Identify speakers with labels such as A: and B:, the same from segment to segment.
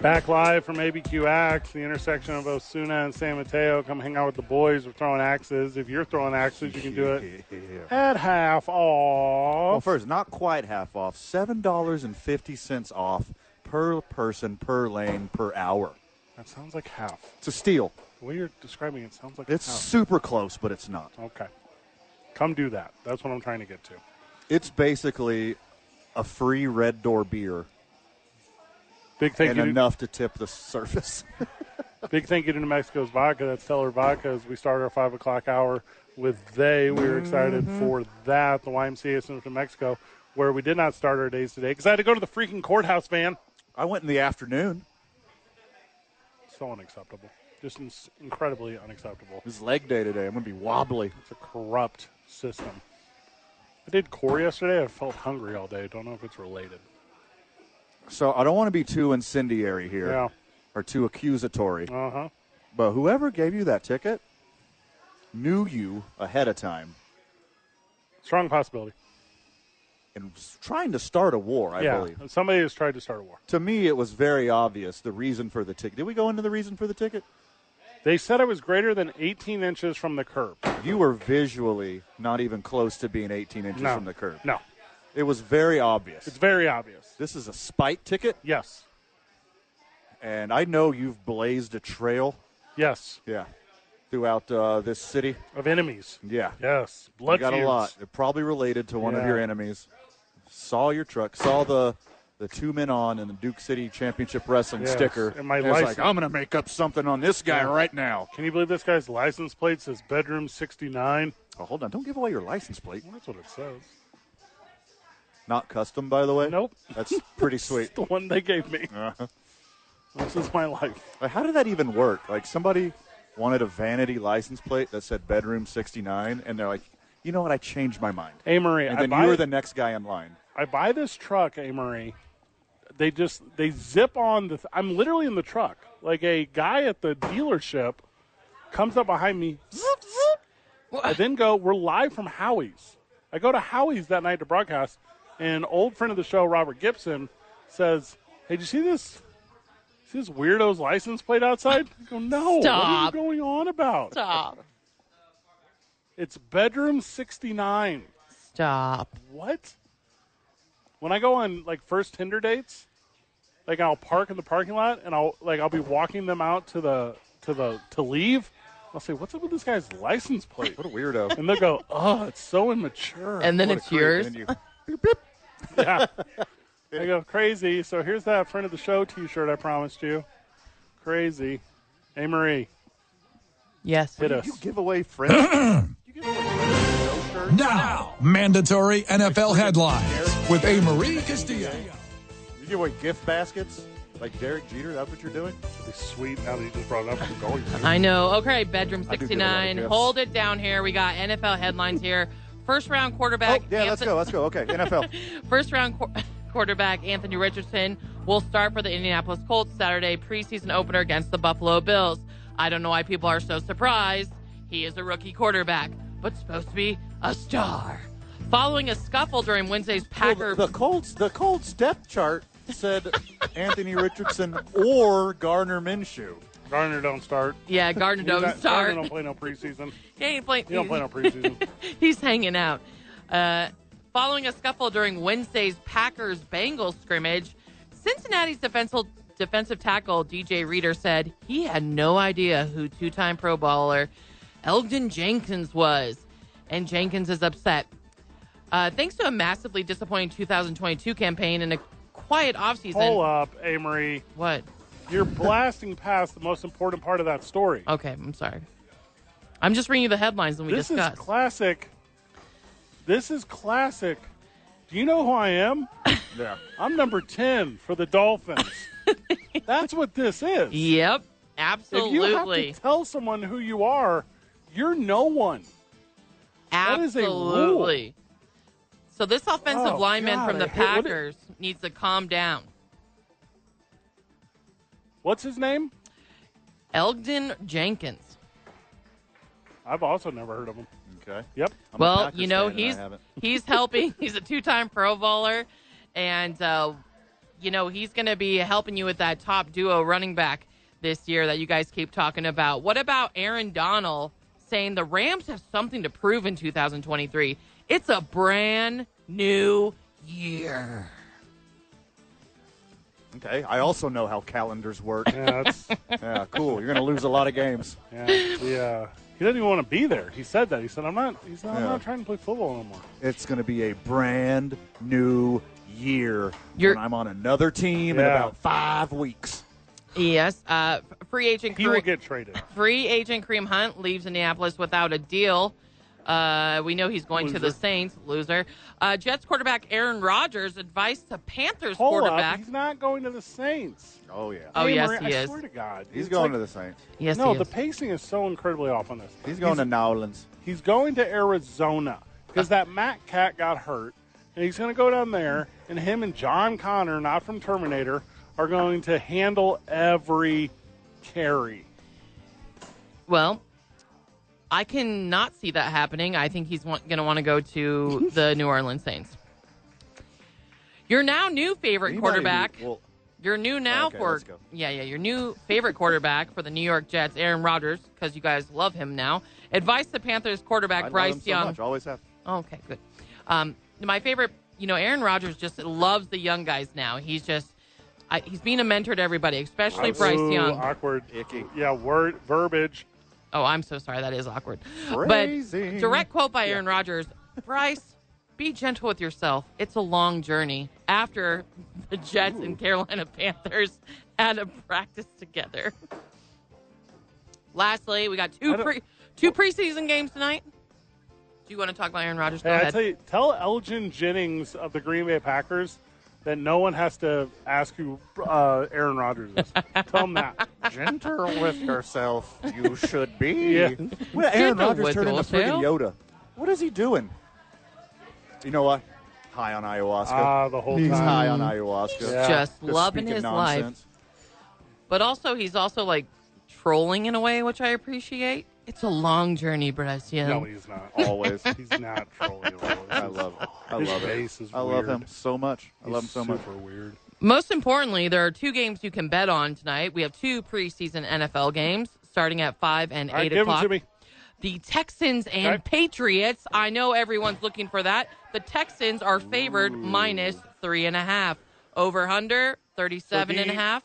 A: Back live from ABQ Axe, the intersection of Osuna and San Mateo. Come hang out with the boys. We're throwing axes. If you're throwing axes, you can do it at half
B: Well,
A: off.
B: first, not quite half off. Seven dollars and fifty cents off per person, per lane, per hour.
A: That sounds like half.
B: It's a steal.
A: The way you're describing it sounds like
B: It's
A: half.
B: super close, but it's not.
A: Okay. Come do that. That's what I'm trying to get to.
B: It's basically a free red door beer
A: Big thank
B: and
A: you. to-
B: enough to tip the service.
A: Big thank you to New Mexico's Vodka. That's Stellar Vodka as we start our 5 o'clock hour with they. We were excited
B: Mm-hmm.
A: for that, the YMCA of Central New Mexico, where we did not start our days today because I had to go to the freaking courthouse, man.
B: I went in the afternoon.
A: So unacceptable. Just in- incredibly unacceptable.
B: It's leg day today. I'm going to be wobbly.
A: It's a corrupt system. I did core yesterday. I felt hungry all day. Don't know if it's related.
B: So I don't want to be too incendiary here
A: Yeah.
B: or too accusatory,
A: Uh huh.
B: but whoever gave you that ticket knew you ahead of time
A: Strong possibility.
B: and was trying to start a war, I
A: yeah.
B: believe.
A: Somebody has tried to start a war.
B: To me, it was very obvious the reason for the ticket. Did we go into the reason for the ticket?
A: They said I was greater than 18 inches from the curb.
B: You were visually not even close to being 18 inches
A: No.
B: from the curb.
A: No.
B: It was very obvious.
A: It's very obvious.
B: this is a spite ticket,
A: Yes.
B: and I know you've blazed a trail.
A: Yes.
B: Yeah. Throughout uh, this city.
A: Of enemies.
B: Yeah.
A: Yes. Blood
B: you got
A: feuds.
B: a lot. They're probably related to one of
A: Yeah.
B: your enemies. Saw your truck, saw the the two men on and the Duke City Championship Wrestling
A: Yes,
B: sticker.
A: and my
B: it's
A: license.
B: like, I'm going to make up something on this guy right now.
A: Can you believe this guy's license plate says bedroom 69?
B: Oh, hold on. Don't give away your license plate.
A: Well, that's what it says.
B: Not custom, by the way.
A: Nope.
B: That's pretty sweet.
A: It's the one they gave me.
B: Uh-huh.
A: This is my life.
B: Like, how did that even work? Like, somebody wanted a vanity license plate that said bedroom 69, and they're like, you know what? I changed my mind.
A: Hey, Marie,
B: And
A: I,
B: then
A: buy,
B: you were the next guy in line.
A: I buy this truck, Amory. They just, they zip on the, th- I'm literally in the truck. Like a guy at the dealership comes up behind me. Zip, zip. I then go, we're live from Howie's. I go to Howie's that night to broadcast, and an old friend of the show, Robert Gibson, says, Hey, did you see this? See this weirdo's license plate outside? I go, No,
C: Stop.
A: what are you going on about?
C: Stop.
A: It's bedroom 69.
C: Stop.
A: What? When I go on like first Tinder dates, like I'll park in the parking lot and I'll like I'll be walking them out to the to the to leave. I'll say, "What's up with this guy's license plate?"
B: What a weirdo.
A: and they'll go, "Oh, it's so immature."
C: And then
B: What a
C: it's
B: creep.
C: yours.
B: And then you-
A: yeah, they go crazy. So here's that friend of the show T-shirt I promised you. Crazy, hey Marie,
C: Yes.
A: hit us.
B: you give away friends.
D: Now, mandatory NFL headlines with Marie Castillo.
B: You give away gift baskets like Derek Jeter. That's what you're doing.
C: Oh,
A: It's sweet now that you just brought it up. I'm going. to.
C: I know. Okay, bedroom
B: I do give a lot of
C: 69.
B: gifts.
C: Hold it down here. We got NFL headlines here. First round
B: Oh,
C: quarterback.
B: yeah. Let's
C: Anthony-
B: go. Let's go. Okay. NFL.
C: First round qu- quarterback Anthony Richardson will start for the Indianapolis Colts Saturday preseason opener against the Buffalo Bills. I don't know why people are so surprised. He is a rookie quarterback, but supposed to be a star. Following a scuffle during Wednesday's Packer.
B: Well, the Colts. The Colts depth chart said Anthony Richardson or Gardner Minshew.
A: Garner don't start.
C: yeah, Gardner
A: He's
C: don't
A: not-
C: start.
A: Garner don't play no preseason.
C: He ain't playing.
A: He don't play no preseason.
C: He's hanging out. Uh, following a scuffle during Wednesday's Packers Bengals scrimmage, Cincinnati's defensive, defensive tackle DJ Reader said he had no idea who two time Pro Bowler Elgin Jenkins was, and Jenkins is upset. Uh, thanks to a massively disappointing 2022 campaign and a quiet
A: Pull
C: offseason.
A: up, Amory.
C: What?
A: You're blasting past the most important part of that story.
C: Okay, I'm sorry. I'm just reading you the headlines and we
A: this
C: discuss.
A: is classic. This is classic. Do you know who I am?
B: Yeah.
A: I'm number 10 for the Dolphins. That's what this is.
C: Yep,
A: If you have to
C: absolutely.
A: tell someone who you are, you're no one. that is a rule.
C: absolutely. So this offensive
A: Oh,
C: lineman
A: God,
C: from
A: I
C: the
A: hate- what it-
C: Packers needs to calm down.
A: What's his name?
C: Elgden Jenkins.
A: I've also never heard of him.
B: Okay.
A: Yep.
B: I'm a
C: well,
B: Packers
C: you
B: fan
C: know
B: and I
C: he's
B: haven't-
C: he's helping. he's a two-time Pro Bowler, and uh, you know he's going to be helping you with that top duo running back this year that you guys keep talking about. What about Aaron Donald saying the Rams have something to prove in 2023? It's a brand new year.
B: Okay. I also know how calendars work.
A: Yeah, that's,
B: yeah. Cool. You're gonna lose a lot of games.
A: yeah, yeah. He doesn't even want to be there. He said that. He said, "I'm not. He's not. I'm
B: Yeah.
A: not trying to play football anymore."
B: It's gonna be a brand new year.
C: You're-
B: when I'm on another team in
A: Yeah.
B: about five weeks.
C: Yes, uh, free agent.
A: He
C: Kareem-
A: will get traded.
C: free agent Kareem Hunt leaves Indianapolis without a deal. Uh, we know he's going to the
A: Loser.
C: Saints, loser. Uh, Jets quarterback Aaron Rodgers advice to Panthers
A: Hold up.
C: quarterback.
A: He's not going to the Saints.
B: Oh yeah.
C: Oh,
A: Hey,
C: yes,
A: Maria,
C: he
A: I
C: is.
A: swear to God,
B: He's
A: It's like-
B: going to the Saints.
C: yes,
A: no,
C: he
A: the
C: is.
A: pacing is so incredibly off on this.
B: He's going to New Orleans.
A: He's going to Arizona because
C: Uh.
A: that Matt Cat got hurt, and he's going to go down there. And him and John Connor, not from Terminator, are going to handle every carry.
C: well, I cannot see that happening. I think he's want, going to want to go to the New Orleans Saints. Your now new favorite
B: Anybody who-
C: quarterback.
B: well,
C: Your new now
B: Okay,
C: for
B: let's go.
C: yeah yeah your new favorite quarterback for the New York Jets, Aaron Rodgers, because you guys love him now. Advice to Panthers
B: I
C: quarterback
B: love
C: Bryce
B: him so
C: Young.
B: much. Always have.
C: Okay, good. Um, my favorite, you know, Aaron Rodgers just loves the young guys now. He's just I, he's being a mentor to everybody, especially Bryce
A: Ooh,
C: Young.
A: Awkward.
B: Icky.
A: Yeah, word verbiage.
C: Oh, I'm so sorry. That is awkward.
B: Crazy.
C: But direct quote by Aaron Rodgers: Bryce, be gentle with yourself. It's a long journey. After the Jets and Carolina Panthers had a practice together. Lastly, we got two
A: I don't-
C: pre two preseason games tonight. Do you want to talk about Aaron Rodgers? Go
A: Hey, I
C: ahead.
A: tell you, tell Elgin Jennings of the Green Bay Packers that no one has to ask who uh, Aaron Rodgers is. tell him that.
B: Gentle with yourself, you should be. What did Aaron
C: Gentle
B: Rodgers
C: with
B: turn into friggin' Yoda?
C: yourself.
B: What is he doing? You know what? High on ayahuasca.
A: Ah, the whole
B: He's
A: time.
B: high on ayahuasca.
A: um, Yeah.
C: just
B: Just
C: loving
B: speaking
C: his life.
B: nonsense.
C: But also, he's also like trolling in a way, which I appreciate. It's a long journey, Bryce Young.
A: No, he's not.
B: Always.
A: He's not trolling. at all.
B: I love it. I
A: His
B: love
A: face
B: it.
A: is
B: I love him
A: weird.
B: so much. I love him
A: He's
B: so much.
A: Super weird.
C: Most importantly, there are two games you can bet on tonight. We have two preseason NFL games starting at 5 and 8
A: All right, give
C: o'clock.
A: him to me.
C: The Texans and
A: Okay.
C: Patriots. I know everyone's looking for that. The Texans are favored minus three and a half. Over under 37 and a
A: the-
C: half.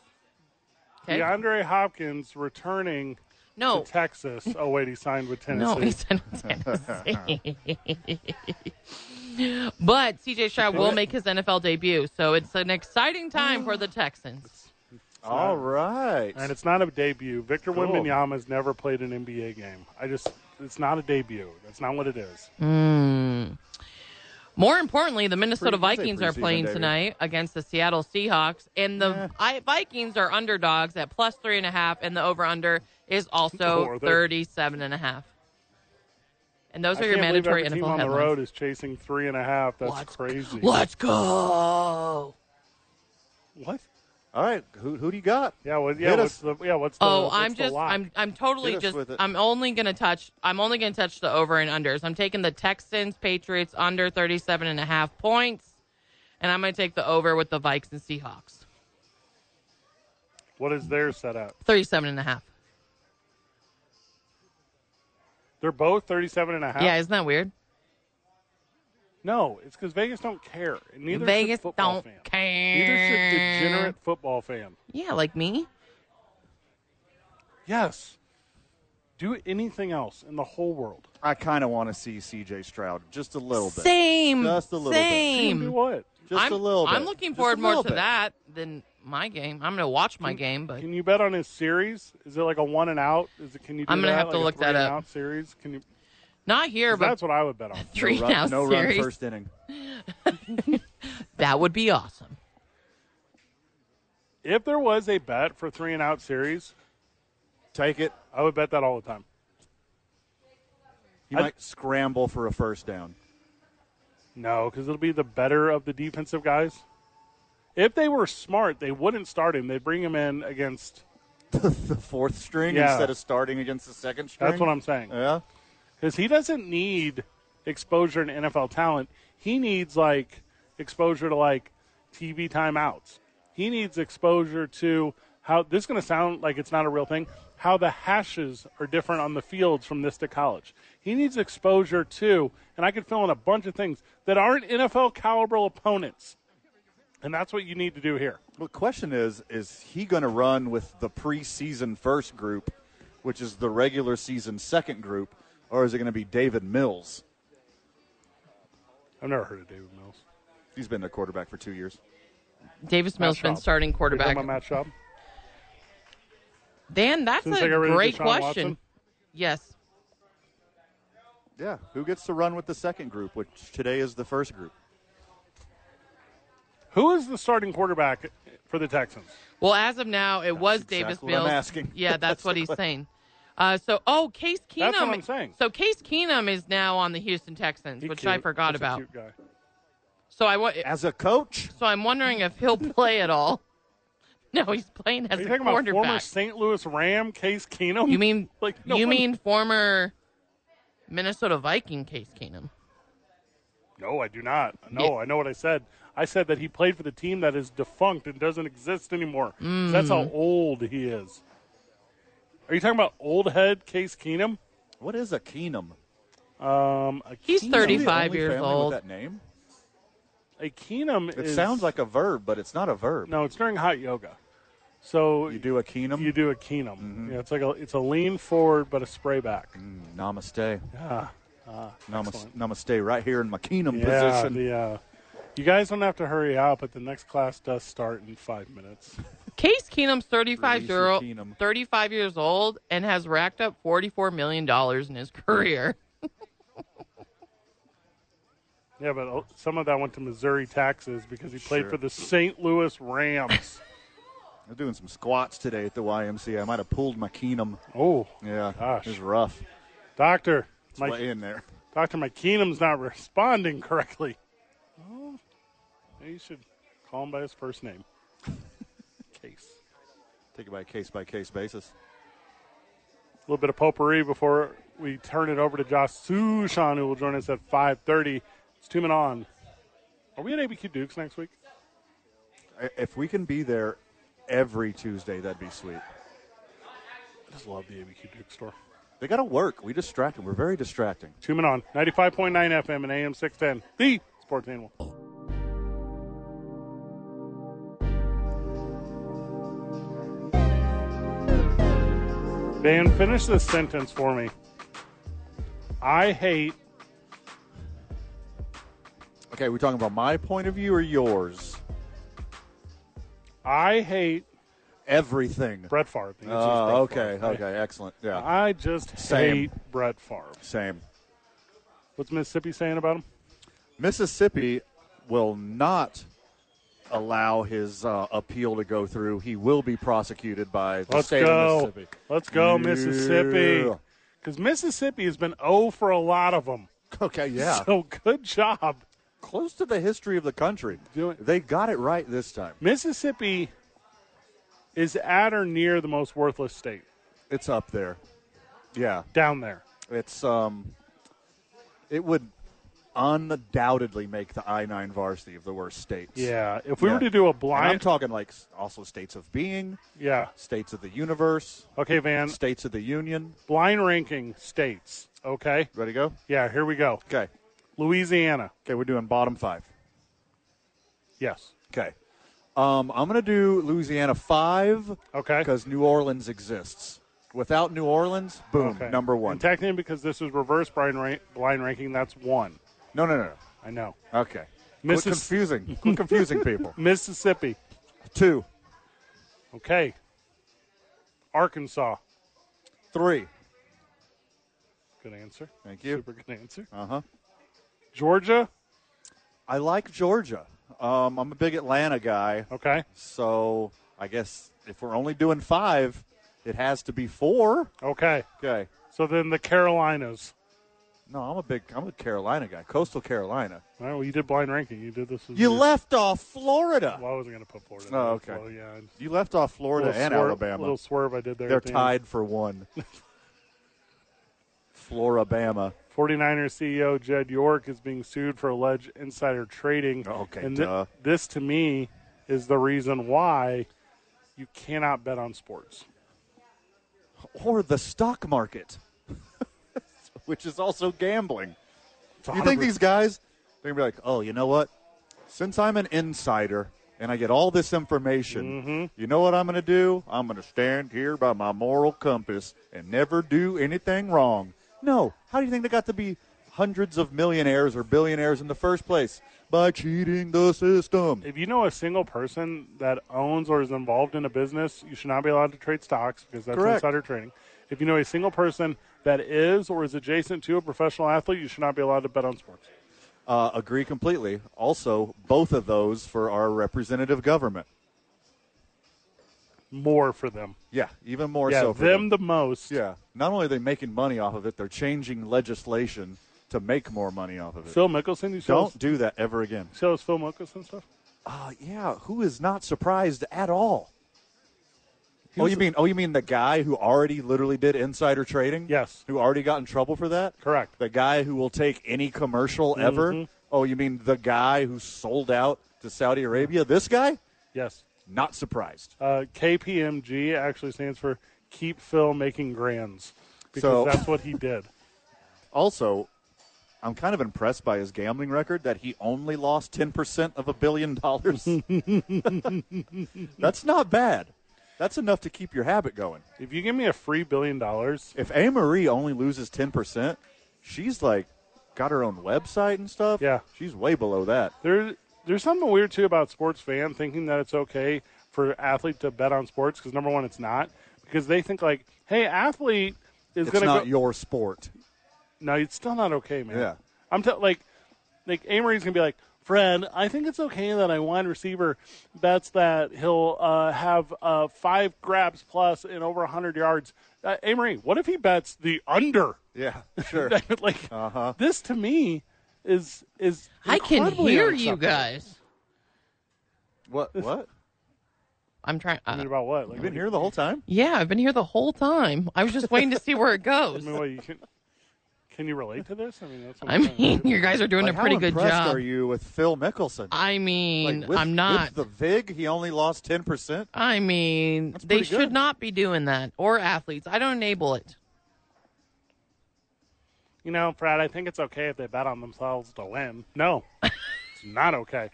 C: Okay.
A: DeAndre Hopkins returning
C: no,
A: to Texas. Oh wait, he signed with Tennessee.
C: No, he's in Tennessee. but CJ Stroud will make his NFL debut, so it's an exciting time for the Texans.
B: All right.
A: and it's not a debut. Victor
B: Cool.
A: Wembanyama has never played an NBA game. I just, it's not a debut. That's not what it is.
C: More importantly, the Minnesota
B: Pre- it's a
C: Vikings are
B: preseason
C: playing
B: debut.
C: tonight against the Seattle Seahawks, and the I, Vikings are underdogs at plus three and a half, and the over/under is also
A: Or they-
C: thirty-seven and a half. And those
A: I
C: are your
A: can't believe
C: mandatory
A: every
C: NFL
A: team on the
C: headlines.
A: road is chasing three and a half. That's
C: Let's-
A: crazy.
C: Let's go.
A: What?
B: All right. Who, who do you got?
A: Yeah. What, yeah.
B: Hit
A: What's
B: us.
A: the? Yeah. What's the?
C: Oh,
A: what's
C: I'm
A: the
C: just
A: lock?
C: I'm I'm totally
B: Hit us
C: just
B: with it.
C: I'm only gonna touch I'm only gonna touch the over and unders. I'm taking the Texans Patriots under 37 and a half points, and I'm gonna take the over with the Vikes and Seahawks
A: What is their setup?
C: 37 and a half.
A: They're both 37 and a half.
C: Yeah, isn't that weird?
A: No, it's because Vegas don't care. And neither should
C: Vegas
A: football
C: don't
A: fans.
C: care.
A: Neither should degenerate football fan.
C: Yeah, like me.
A: Yes. Do anything else in the whole world.
B: I kind of want to see C.J. Stroud just a little bit.
C: Same.
B: Just a little bit.
C: Same.
A: Do what?
B: Just
C: I'm,
B: a little bit.
C: I'm looking
B: Just a
C: forward more
B: little
C: to
B: bit.
C: that than my game. I'm gonna watch my game, but
A: Can you bet on his series? Is it like a one and out? Is it? Can you? Do
C: I'm gonna
A: that,
C: have to
A: like a
C: look that
A: three and
C: up.
A: Out series? Can you?
C: not here.
A: 'cause
C: But
A: That's what I would bet on.
C: three
B: No run,
C: now
B: no
C: series.
B: run first inning.
C: That would be awesome.
A: If there was a bet for three and out series,
B: Take it.
A: I would bet that all the time.
B: He
A: I-
B: might scramble for a first down.
A: No, because it'll be the better of the defensive guys. If they were smart, they wouldn't start him. They'd bring him in against.
B: The fourth string
A: Yeah.
B: instead of starting against the second string.
A: That's what I'm saying.
B: Yeah.
A: because he doesn't need exposure to NFL talent. He needs like exposure to like TV timeouts. He needs exposure to how this is going to sound like it's not a real thing. How the hashes are different on the fields from this to college. He needs exposure to, and I could fill in a bunch of things that aren't NFL caliber opponents. And that's what you need to do here.
B: Well, the question is, is he going to run with the preseason first group, which is the regular season second group, or is it going to be David Mills?
A: I've never heard of David Mills.
B: He's been a quarterback for two years.
C: Davis Mills been
A: Schaub.
C: starting
A: Are you talking
C: quarterback.
A: about Matt Schaub?
C: Dan, that's
A: Since
C: a
A: they got rid of
C: great
A: Deshaun
C: question.
A: Watson?
C: Yes.
B: Yeah. Who gets to run with the second group, which today is the first group?
A: Who is the starting quarterback for the Texans?
C: Well, as of now, it was Davis
B: exactly what I'm
C: Mills.
B: asking.
C: Yeah, that's,
B: That's
C: what
B: the
C: he's
B: question.
C: saying. Uh, so, oh, Case Keenum.
A: That's what I'm saying.
C: So Case Keenum is now on the Houston Texans,
A: He
C: which
A: cute.
C: I forgot
A: He's a
C: about.
A: cute guy.
C: So I wa-
B: As a coach,
C: so I'm wondering if he'll play at all. No, he's playing as
A: Are you
C: a
A: talking about former
C: quarterback.
A: St. Louis Ram Case Keenum?
C: You mean
A: like no
C: you
A: one-
C: mean former Minnesota Viking Case Keenum?
A: No, I do not. No,
C: Yeah.
A: I know what I said. I said that he played for the team that is defunct and doesn't exist anymore. That's
C: Mm.
A: how old he is. Are you talking about old head Case Keenum?
B: what is a Keenum?
A: Um, a
C: He's
A: Keenum-
C: 35
B: Only
C: years
B: family
C: old.
B: With that name?
A: A Keenum.
B: It
A: is-
B: sounds like a verb, but it's not a verb.
A: no. It's during hot yoga, so
B: You do a Keenum. Mm-hmm.
A: you do a Keenum. Yeah, it's like a it's a lean forward but a spray back.
B: Namaste.
A: Ah,
B: Namaste.
A: excellent.
B: Namaste. Right here in my Keenum
A: Yeah,
B: position.
A: the, uh, you guys don't have to hurry out, but the next class does start in five minutes.
C: Case Keenum's 35
B: Reese
C: year old,
B: Keenum.
C: 35 years old, and has racked up 44 million dollars in his career.
A: Yeah, but uh, some of that went to Missouri taxes because he played
B: Sure.
A: for the St. Louis Rams.
B: I'm doing some squats today at the YMCA. I might have pulled my Keenum.
A: oh,
B: Yeah,
A: Gosh.
B: it was rough.
A: doctor,
B: It's
A: my
B: way in there.
A: doctor, my Keenum's not responding correctly. Oh, maybe you should call him by his first name. Case.
B: Take it by a case by case basis.
A: A little bit of potpourri before we turn it over to Josh Sushan, who will join us at 5:30. It's two men on. Are we at ABQ Dukes next week?
B: I- If we can be there every Tuesday, that'd be sweet.
A: I just love the ABQ Duke store.
B: They got to work. We distract them. We're very distracting.
A: Two men on 95.9 FM and AM 610. The Sports Animal. Dan, finish this sentence for me. I hate.
B: Okay, we're talking about my point of view or yours?
A: I hate
B: Everything.
A: Brett Favre. The answer is
B: Oh,
A: Brett
B: okay,
A: Favre.
B: okay, excellent. Yeah,
A: I just
B: Same.
A: hate Brett Favre.
B: same.
A: What's Mississippi saying about him?
B: Mississippi will not allow his uh, appeal to go through. He will be prosecuted by the
A: Let's
B: state
A: go.
B: of Mississippi.
A: Let's go,
B: Yeah.
A: Mississippi. Because Mississippi has been O for a lot of them.
B: Okay, yeah.
A: So good job.
B: Close to the history of the country.
A: Do it.
B: They got it right this time.
A: Mississippi is at or near the most worthless state
B: It's up there. Yeah.
A: down there.
B: It's um it would undoubtedly make the I nine varsity of the worst states.
A: Yeah. If we
B: Yeah.
A: were to do a
B: And I'm
A: blind,
B: talking like s- also states of being,
A: yeah.
B: states of the universe,
A: Okay, Van.
B: states of the union.
A: Blind ranking states. Okay.
B: Ready to go?
A: Yeah. Here we go.
B: Okay.
A: Louisiana.
B: Okay, we're doing bottom five.
A: Yes.
B: Okay. Um, I'm gonna do Louisiana five
A: Okay.
B: because New Orleans exists. Without New Orleans, boom,
A: Okay.
B: number one.
A: And technically, because this is reverse blind, ra- blind ranking, that's one.
B: no, no, no, no.
A: I know.
B: Okay.
A: Mrs.
B: Quit confusing. Quit confusing people.
A: Mississippi.
B: Two,
A: Okay. Arkansas.
B: three.
A: Good answer.
B: Thank you.
A: Super good answer.
B: Uh huh.
A: Georgia.
B: I Uh-huh. like Georgia. Um, I'm a big Atlanta guy,
A: Okay.
B: so I guess if we're only doing five, it has to be four.
A: Okay.
B: Okay.
A: So then the Carolinas.
B: No, I'm a big I'm a Carolina guy, coastal Carolina.
A: All right, well, you did blind ranking. You did this. as
B: You
A: your-
B: left off Florida.
A: Well, I wasn't going to put Florida.
B: Oh,
A: in there,
B: okay.
A: so, yeah. and-
B: You left off Florida
A: little
B: and
A: swerve-
B: Alabama.
A: Little swerve I did there.
B: They're
A: at the end.
B: tied for one. Florabama.
A: 49ers CEO E Jed York is being sued for alleged insider trading.
B: Okay,
A: and thi-
B: duh.
A: this to me is the reason why you cannot bet on sports.
B: Or the stock market, which is also gambling.
A: It's a
B: You
A: hundred
B: think these guys, they're going to be like, oh, you know what? Since I'm an insider and I get all this information,
A: Mm-hmm.
B: you know what I'm going to do? I'm going to stand here by my moral compass and never do anything wrong. No. How do you think they got to be hundreds of millionaires or billionaires in the first place? By cheating the system.
A: if you know a single person that owns or is involved in a business, you should not be allowed to trade stocks because that's
B: Correct.
A: insider trading. If you know a single person that is or is adjacent to a professional athlete, you should not be allowed to bet on sports.
B: Uh, agree completely. Also, both of those for our representative government.
A: More for them.
B: Yeah, even more
A: yeah,
B: so for
A: them, the most.
B: Yeah, not only are they making money off of it, they're changing legislation to make more money off of it.
A: Phil Mickelson, you saw,
B: Don't do that ever again.
A: saw his Phil Mickelson stuff?
B: Uh, yeah, who is not surprised at all? Oh, you mean oh, you mean the guy who already literally did insider trading?
A: Yes.
B: Who already got in trouble for that?
A: Correct.
B: The guy who will take any commercial
A: Mm-hmm.
B: ever? Oh, you mean the guy who sold out to Saudi Arabia? This guy?
A: Yes.
B: Not surprised.
A: Uh, KPMG actually stands for Keep Phil Making Grands because
B: So-
A: that's what he did.
B: Also, I'm kind of impressed by his gambling record that he only lost 10% of a billion dollars. That's not bad. That's enough to keep your habit going.
A: If you give me a free billion dollars,
B: If A. Marie only loses 10%, she's like got her own website and stuff.
A: Yeah.
B: She's way below that.
A: there, there's something weird too about sports fan thinking that it's okay for athlete to bet on sports because number one, it's not because they think like, hey, athlete is
B: It's
A: going to
B: not
A: go.
B: your sport.
A: no, it's still not okay, man.
B: Yeah.
A: I'm t- like, like Amory's gonna be like, Fred, I think it's okay that a wide receiver bets that he'll uh, have uh, five grabs plus and over 100 yards. Uh, Amory, what if he bets the under?
B: Yeah, sure. Uh-huh.
A: like this to me is is
C: I can
A: incredibly
C: hear you
A: unacceptable.
C: guys.
B: what? What?
C: I'm trying.
A: I
C: Uh,
A: mean, about what? Like,
B: You've been here the whole time?
C: yeah, I've been here the whole time. I was just waiting to see where it
A: I
C: goes.
A: mean, what, you can, can you relate to this? I mean, that's what
C: I
A: I'm trying to
C: mean,
A: do.
C: you guys are doing
B: Like,
C: a pretty
B: how
C: good
B: impressed
C: job.
B: are you with Phil Mickelson?
C: I mean,
B: with-
C: I'm not.
B: With the VIG, he only lost 10%.
C: I mean, they
B: pretty
C: should
B: good.
C: not be doing that or athletes. I don't enable it.
A: you know, Fred, I think it's okay if they bet on themselves to win. No, it's not okay.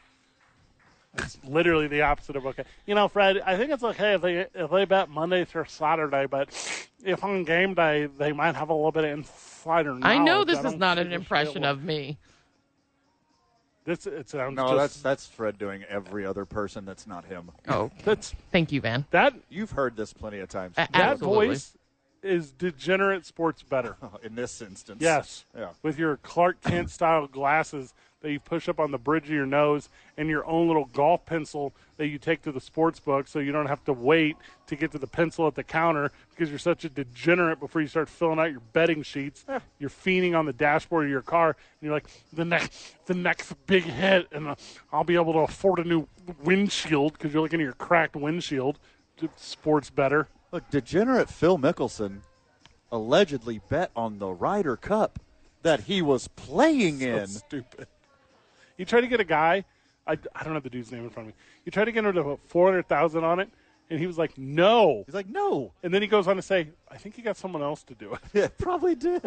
A: It's literally the opposite of okay. You know, Fred, I think it's okay if they if they bet Monday through Saturday, but if on game day they might have a little bit of insider knowledge.
C: I know this is
A: don't
C: not
A: think
C: an
A: this
C: impression
A: shit
C: of me.
A: will- this. It sounds
B: No,
A: just,
B: that's that's Fred doing every other person that's not him.
C: Oh,
A: that's
C: thank you, Van.
A: that
B: You've heard this plenty of times
C: A-
A: that
C: Absolutely.
A: voice is degenerate sports better.
B: oh, in this instance.
A: Yes.
B: Yeah.
A: With your Clark Kent style glasses that you push up on the bridge of your nose and your own little golf pencil that you take to the sports book so you don't have to wait to get to the pencil at the counter because you're such a degenerate before you start filling out your betting sheets. You're fiending on the dashboard of your car and you're like, the next, the next big hit, and uh, I'll be able to afford a new windshield because you're looking at your cracked windshield. Sports better.
B: Look, degenerate Phil Mickelson allegedly bet on the Ryder Cup that he was playing in.
A: So stupid. You try to get a guy, I, I don't have the dude's name in front of me. You try to get him to put four hundred thousand on it, and he was like, "No."
B: He's like, no,
A: And then he goes on to say, "I think he got someone else to do it."
B: it probably did.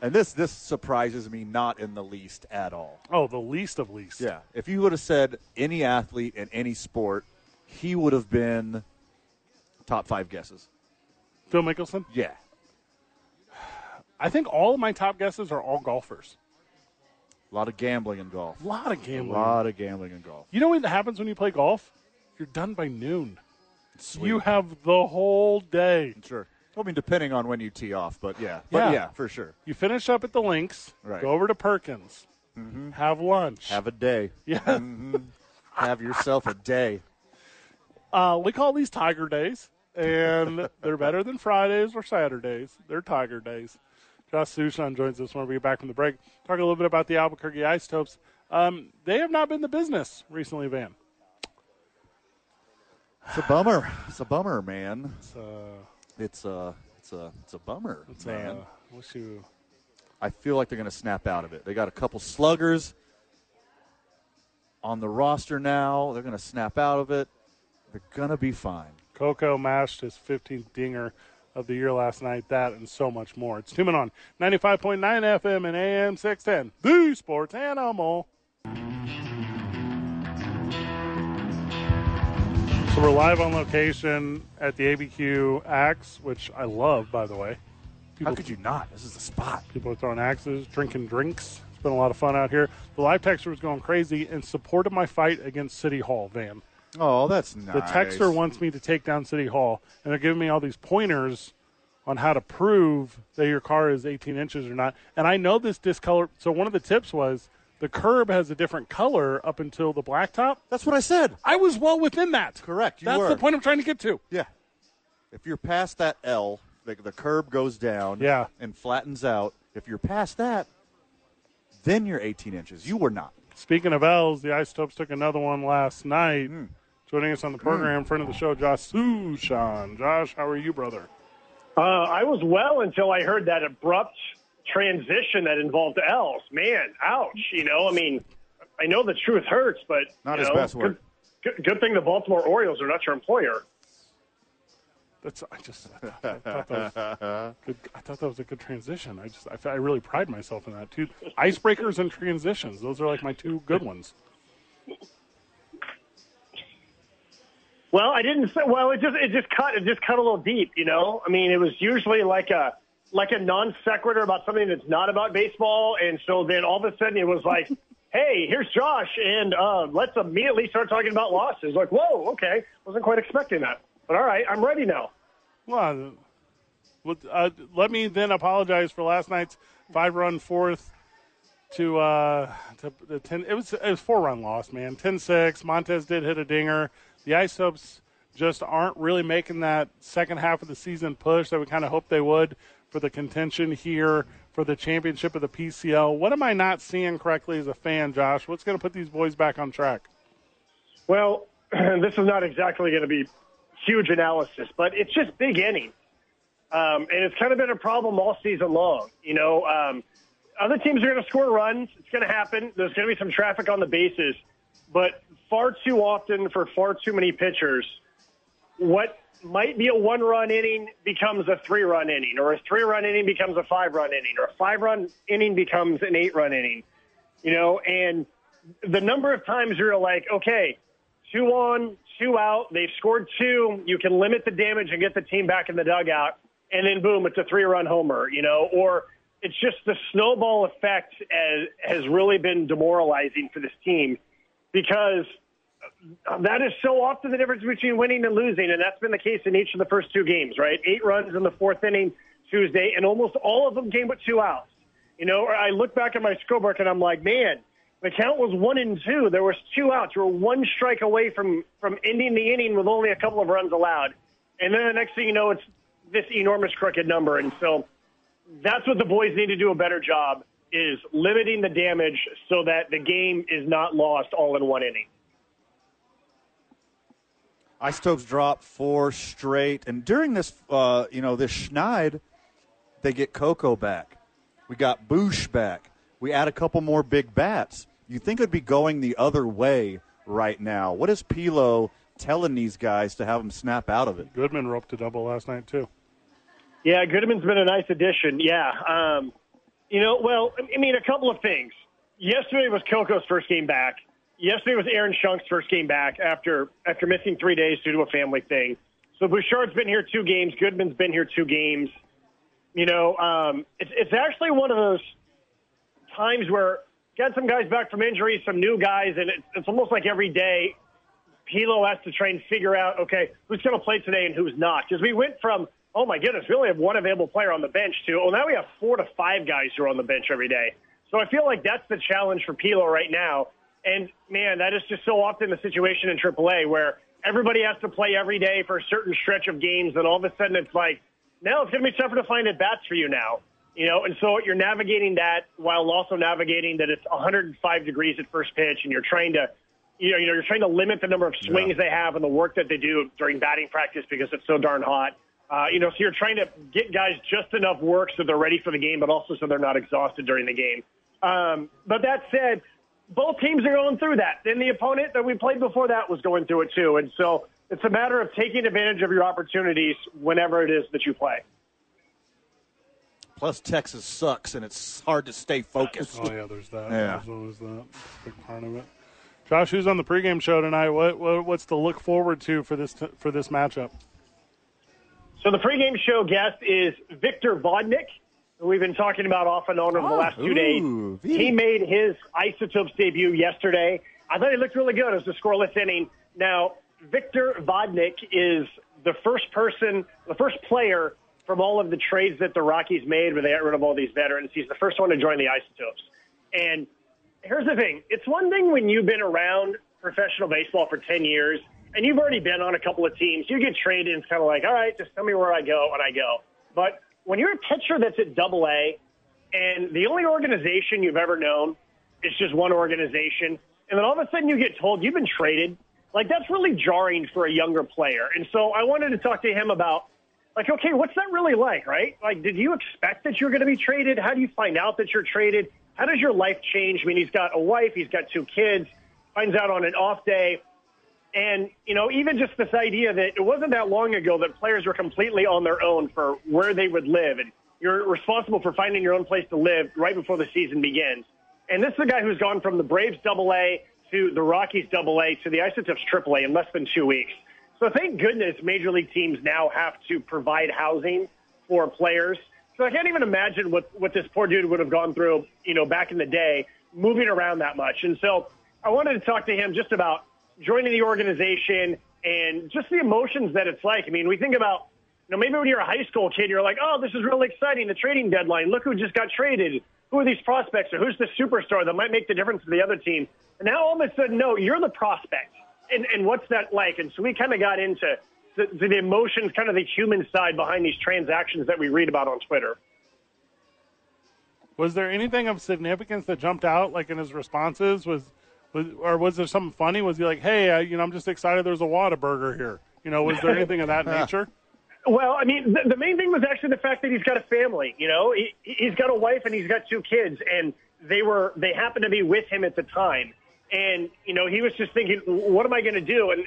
B: and this this surprises me not in the least at all.
A: Oh, the least of least.
B: Yeah. If you would have said any athlete in any sport, he would have been top five guesses.
A: Phil Mickelson.
B: Yeah.
A: I think all of my top guesses are all golfers.
B: A lot of gambling in golf.
A: A lot of gambling.
B: A lot of gambling in golf.
A: You know what happens when you play golf? You're done by noon.
B: Sweet.
A: You have the whole day.
B: sure. I mean, depending on when you tee off, but yeah, but
A: Yeah.
B: yeah, for sure.
A: You finish up at the links.
B: Right. Mm-hmm.
A: Go over to Perkins. Have lunch.
B: Have a day.
A: Yeah.
B: Mhm. Have yourself a day.
A: Uh, we call these Tiger Days, and they're better than Fridays or Saturdays. They're Tiger Days. Josh Sushan joins us when we get back from the break. Talk a little bit about the Albuquerque Isotopes. Um, they have not been the business recently, Van.
B: It's a bummer. It's a bummer, man.
A: So,
B: It's a it's a it's a bummer,
A: it's,
B: man.
A: uh, wish you-
B: I feel like they're going to snap out of it. They got a couple sluggers on the roster now. They're going to snap out of it. They're going to be fine.
A: Coco mashed his 15th dinger of the year last night. That and so much more. It's Tuning On 95.9 FM and AM 610. The Sports Animal. So we're live on location at the ABQ Axe, which I love, by the way.
B: How could you not? This is the spot.
A: People are throwing axes, drinking drinks. It's been a lot of fun out here. The live texture was going crazy in support of my fight against City Hall, Van.
B: Oh, that's nice.
A: The texter wants me to take down City Hall, and they're giving me all these pointers on how to prove that your car is 18 inches or not. And I know this discolor. So one of the tips was the curb has a different color up until the blacktop.
B: That's what I said.
A: I was well within that.
B: Correct, you
A: That's
B: were.
A: the point I'm trying to get to.
B: Yeah. If you're past that L, the, the curb goes down
A: Yeah.
B: and flattens out. If you're past that, then you're 18 inches. You were not.
A: Speaking of L's, the Isotopes took another one last night.
B: Hmm.
A: Joining us on the program, friend of the show, Josh Sushan. Josh, how are you, brother?
E: Uh, I was well until I heard that abrupt transition that involved L's. Man, ouch. You know, I mean, I know the truth hurts, but.
B: Not
E: you
B: his
E: know,
B: best
E: good-
B: work.
E: Good, good thing the Baltimore Orioles are not your employer.
A: That's I just I thought, I thought that was good. I thought that was a good transition. I just I, fe- I really pride myself in that too. Icebreakers and transitions; those are like my two good ones.
E: Well, I didn't say. Well, it just it just cut it just cut a little deep. You know, I mean, it was usually like a like a non sequitur about something that's not about baseball, and so then all of a sudden it was like, hey, here's Josh, and uh, let's immediately start talking about losses. Like, whoa, okay, wasn't quite expecting that, but all right, I'm ready now.
A: Well, let, uh, let me then apologize for last night's five-run fourth to uh to the ten. It was it was four-run loss, man. 10-6. Montez did hit a dinger. The Ice Hopes just aren't really making that second half of the season push that we kind of hoped they would for the contention here for the championship of the PCL. What am I not seeing correctly as a fan, Josh? What's going to put these boys back on track?
E: Well, this is not exactly going to be huge analysis, but it's just big innings. Um, and it's kind of been a problem all season long. You know, um, other teams are going to score runs. It's going to happen. There's going to be some traffic on the bases. But far too often for far too many pitchers, what might be a one run inning becomes a three run inning, or a three run inning becomes a five run inning, or a five run inning becomes an eight run inning. You know, and the number of times you're like, okay, two on, two out. They've scored two. You can limit the damage and get the team back in the dugout. And then boom, it's a three run homer, you know, or it's just the snowball effect as, has really been demoralizing for this team because that is so often the difference between winning and losing. And that's been the case in each of the first two games, right? Eight runs in the fourth inning Tuesday, and almost all of them came with two outs. You know, or I look back at my scorebook and I'm like, man, the count was one and two. There was two outs. You were one strike away from from ending the inning with only a couple of runs allowed. And then the next thing you know, it's this enormous crooked number. And so that's what the boys need to do a better job is limiting the damage so that the game is not lost all in one inning.
B: Isotopes drop four straight, and during this, uh, you know, this Schneid, they get Coco back. We got Boosh back. We add a couple more big bats. You think it'd be going the other way right now? What is Pilo telling these guys to have them snap out of it?
A: Goodman roped a double last night too.
E: Yeah, Goodman's been a nice addition. Yeah. Um, you know, well, I mean, a couple of things. Yesterday was Coco's first game back. Yesterday was Aaron Shunk's first game back after after missing three days due to a family thing. So Bouchard's been here two games. Goodman's been here two games. You know, um, it's it's actually one of those times where got some guys back from injury, some new guys, and it's, it's almost like every day Hilo has to try and figure out, okay, who's going to play today and who's not. Because we went from, oh my goodness, we only have one available player on the bench to, oh, now we have four to five guys who are on the bench every day. So I feel like that's the challenge for Pilo right now. And man, that is just so often the situation in AAA where everybody has to play every day for a certain stretch of games, and all of a sudden it's like, now it's going to be tougher to find at bats for you now. You know, and so you're navigating that while also navigating that it's 105 degrees at first pitch, and you're trying to, you know, you know, you're trying to limit the number of swings they have and the work that they do during batting practice because it's so darn hot. Uh, you know, so you're trying to get guys just enough work so they're ready for the game, but also so they're not exhausted during the game. Um, but that said, both teams are going through that. Then the opponent that we played before that was going through it too. And so it's a matter of taking advantage of your opportunities whenever it is that you play.
B: Plus, Texas sucks, and it's hard to stay focused.
A: Oh yeah, there's that.
B: Yeah.
A: There's always that. It's a big part of it. Josh, who's on the pregame show tonight? What, what what's to look forward to for this for this matchup?
E: So the pregame show guest is Victor Vodnik, who we've been talking about off and on over the last two
B: ooh,
E: days.
B: Vic.
E: He made his Isotopes debut yesterday. I thought he looked really good. It was a scoreless inning. Now, Victor Vodnik is the first person, the first player from all of the trades that the Rockies made where they got rid of all these veterans. He's the first one to join the Isotopes. And here's the thing it's one thing when you've been around professional baseball for 10 years and you've already been on a couple of teams you get traded and it's kind of like all right just tell me where i go and i go but when you're a pitcher that's at double a and the only organization you've ever known is just one organization and then all of a sudden you get told you've been traded like that's really jarring for a younger player and so i wanted to talk to him about like, okay, what's that really like, right? Like, did you expect that you're going to be traded? How do you find out that you're traded? How does your life change? I mean, he's got a wife, he's got two kids, finds out on an off day. And, you know, even just this idea that it wasn't that long ago that players were completely on their own for where they would live. And you're responsible for finding your own place to live right before the season begins. And this is a guy who's gone from the Braves double A to the Rockies double A to the Isotopes triple A in less than two weeks. So thank goodness major league teams now have to provide housing for players. So I can't even imagine what, what this poor dude would have gone through, you know, back in the day, moving around that much. And so I wanted to talk to him just about joining the organization and just the emotions that it's like. I mean, we think about, you know, maybe when you're a high school kid, you're like, oh, this is really exciting, the trading deadline. Look who just got traded. Who are these prospects or who's the superstar that might make the difference for the other team? And now all of a sudden, no, you're the prospect. And, and what's that like? And so we kind of got into the, the emotions, kind of the human side behind these transactions that we read about on Twitter.
A: Was there anything of significance that jumped out, like in his responses? Was, was or was there something funny? Was he like, "Hey, I, you know, I'm just excited. There's a Whataburger here." You know, was there anything of that nature?
E: Well, I mean, the, the main thing was actually the fact that he's got a family. You know, he, he's got a wife and he's got two kids, and they were they happened to be with him at the time. And you know, he was just thinking, what am I going to do? And it-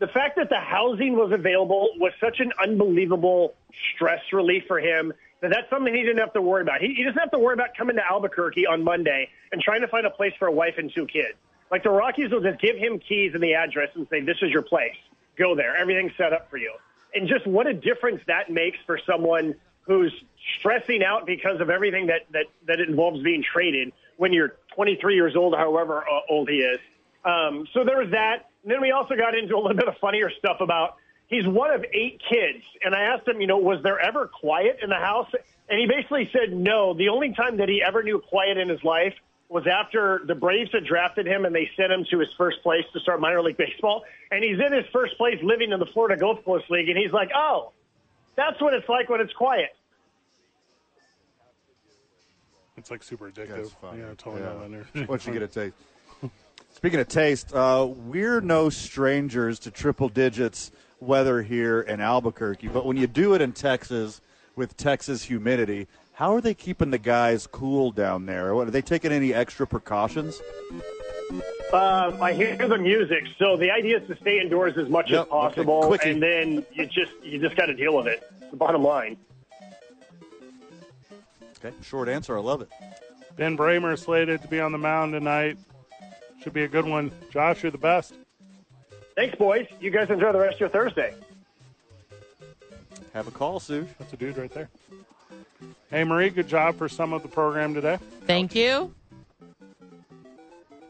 E: the fact that the housing was available was such an unbelievable stress relief for him that that's something he didn't have to worry about. He, he doesn't have to worry about coming to Albuquerque on Monday and trying to find a place for a wife and two kids. Like the Rockies will just give him keys and the address and say, "This is your place. Go there. Everything's set up for you." and just what a difference that makes for someone who's stressing out because of everything that that that involves being traded when you're 23 years old, however uh, old he is. Um, so there was that. And then we also got into a little bit of funnier stuff about he's one of eight kids, and I asked him, you know, was there ever quiet in the house? And he basically said no. The only time that he ever knew quiet in his life was after the Braves had drafted him and they sent him to his first place to start minor league baseball. And he's in his first place living in the Florida Gulf Coast League. And he's like, oh, that's what it's like when it's quiet.
A: It's like super addictive.
B: That's funny.
A: Yeah, totally
B: Yeah.
A: not on there.
B: Once you get a taste. Speaking of taste, uh, we're no strangers to triple digits weather here in Albuquerque, but when you do it in Texas with Texas humidity, how are they keeping the guys cool down there? What, are they taking any extra precautions?
E: Um, I hear the music. So the idea is to stay indoors as much
B: Yep,
E: as
B: okay,
E: possible.
B: quickie.
E: and then you just, you just got to deal with it. It's the bottom line.
B: Okay, short answer. I love it.
A: Ben Bramer slated to be on the mound tonight. Should be a good one. Josh, you're the best.
E: Thanks, boys. You guys enjoy the rest of your Thursday.
B: Have a call, Sush.
A: That's a dude right there. Hey, Marie, good job for some of the program today.
C: Thank you.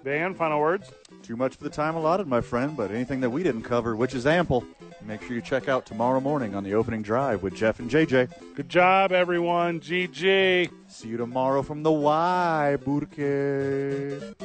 A: Van, final words.
B: Too much for the time allotted, my friend, but anything that we didn't cover, which is ample, make sure you check out tomorrow morning on the opening drive with Jeff and JJ.
A: Good job, everyone. GG.
B: See you tomorrow from the Y, Burke.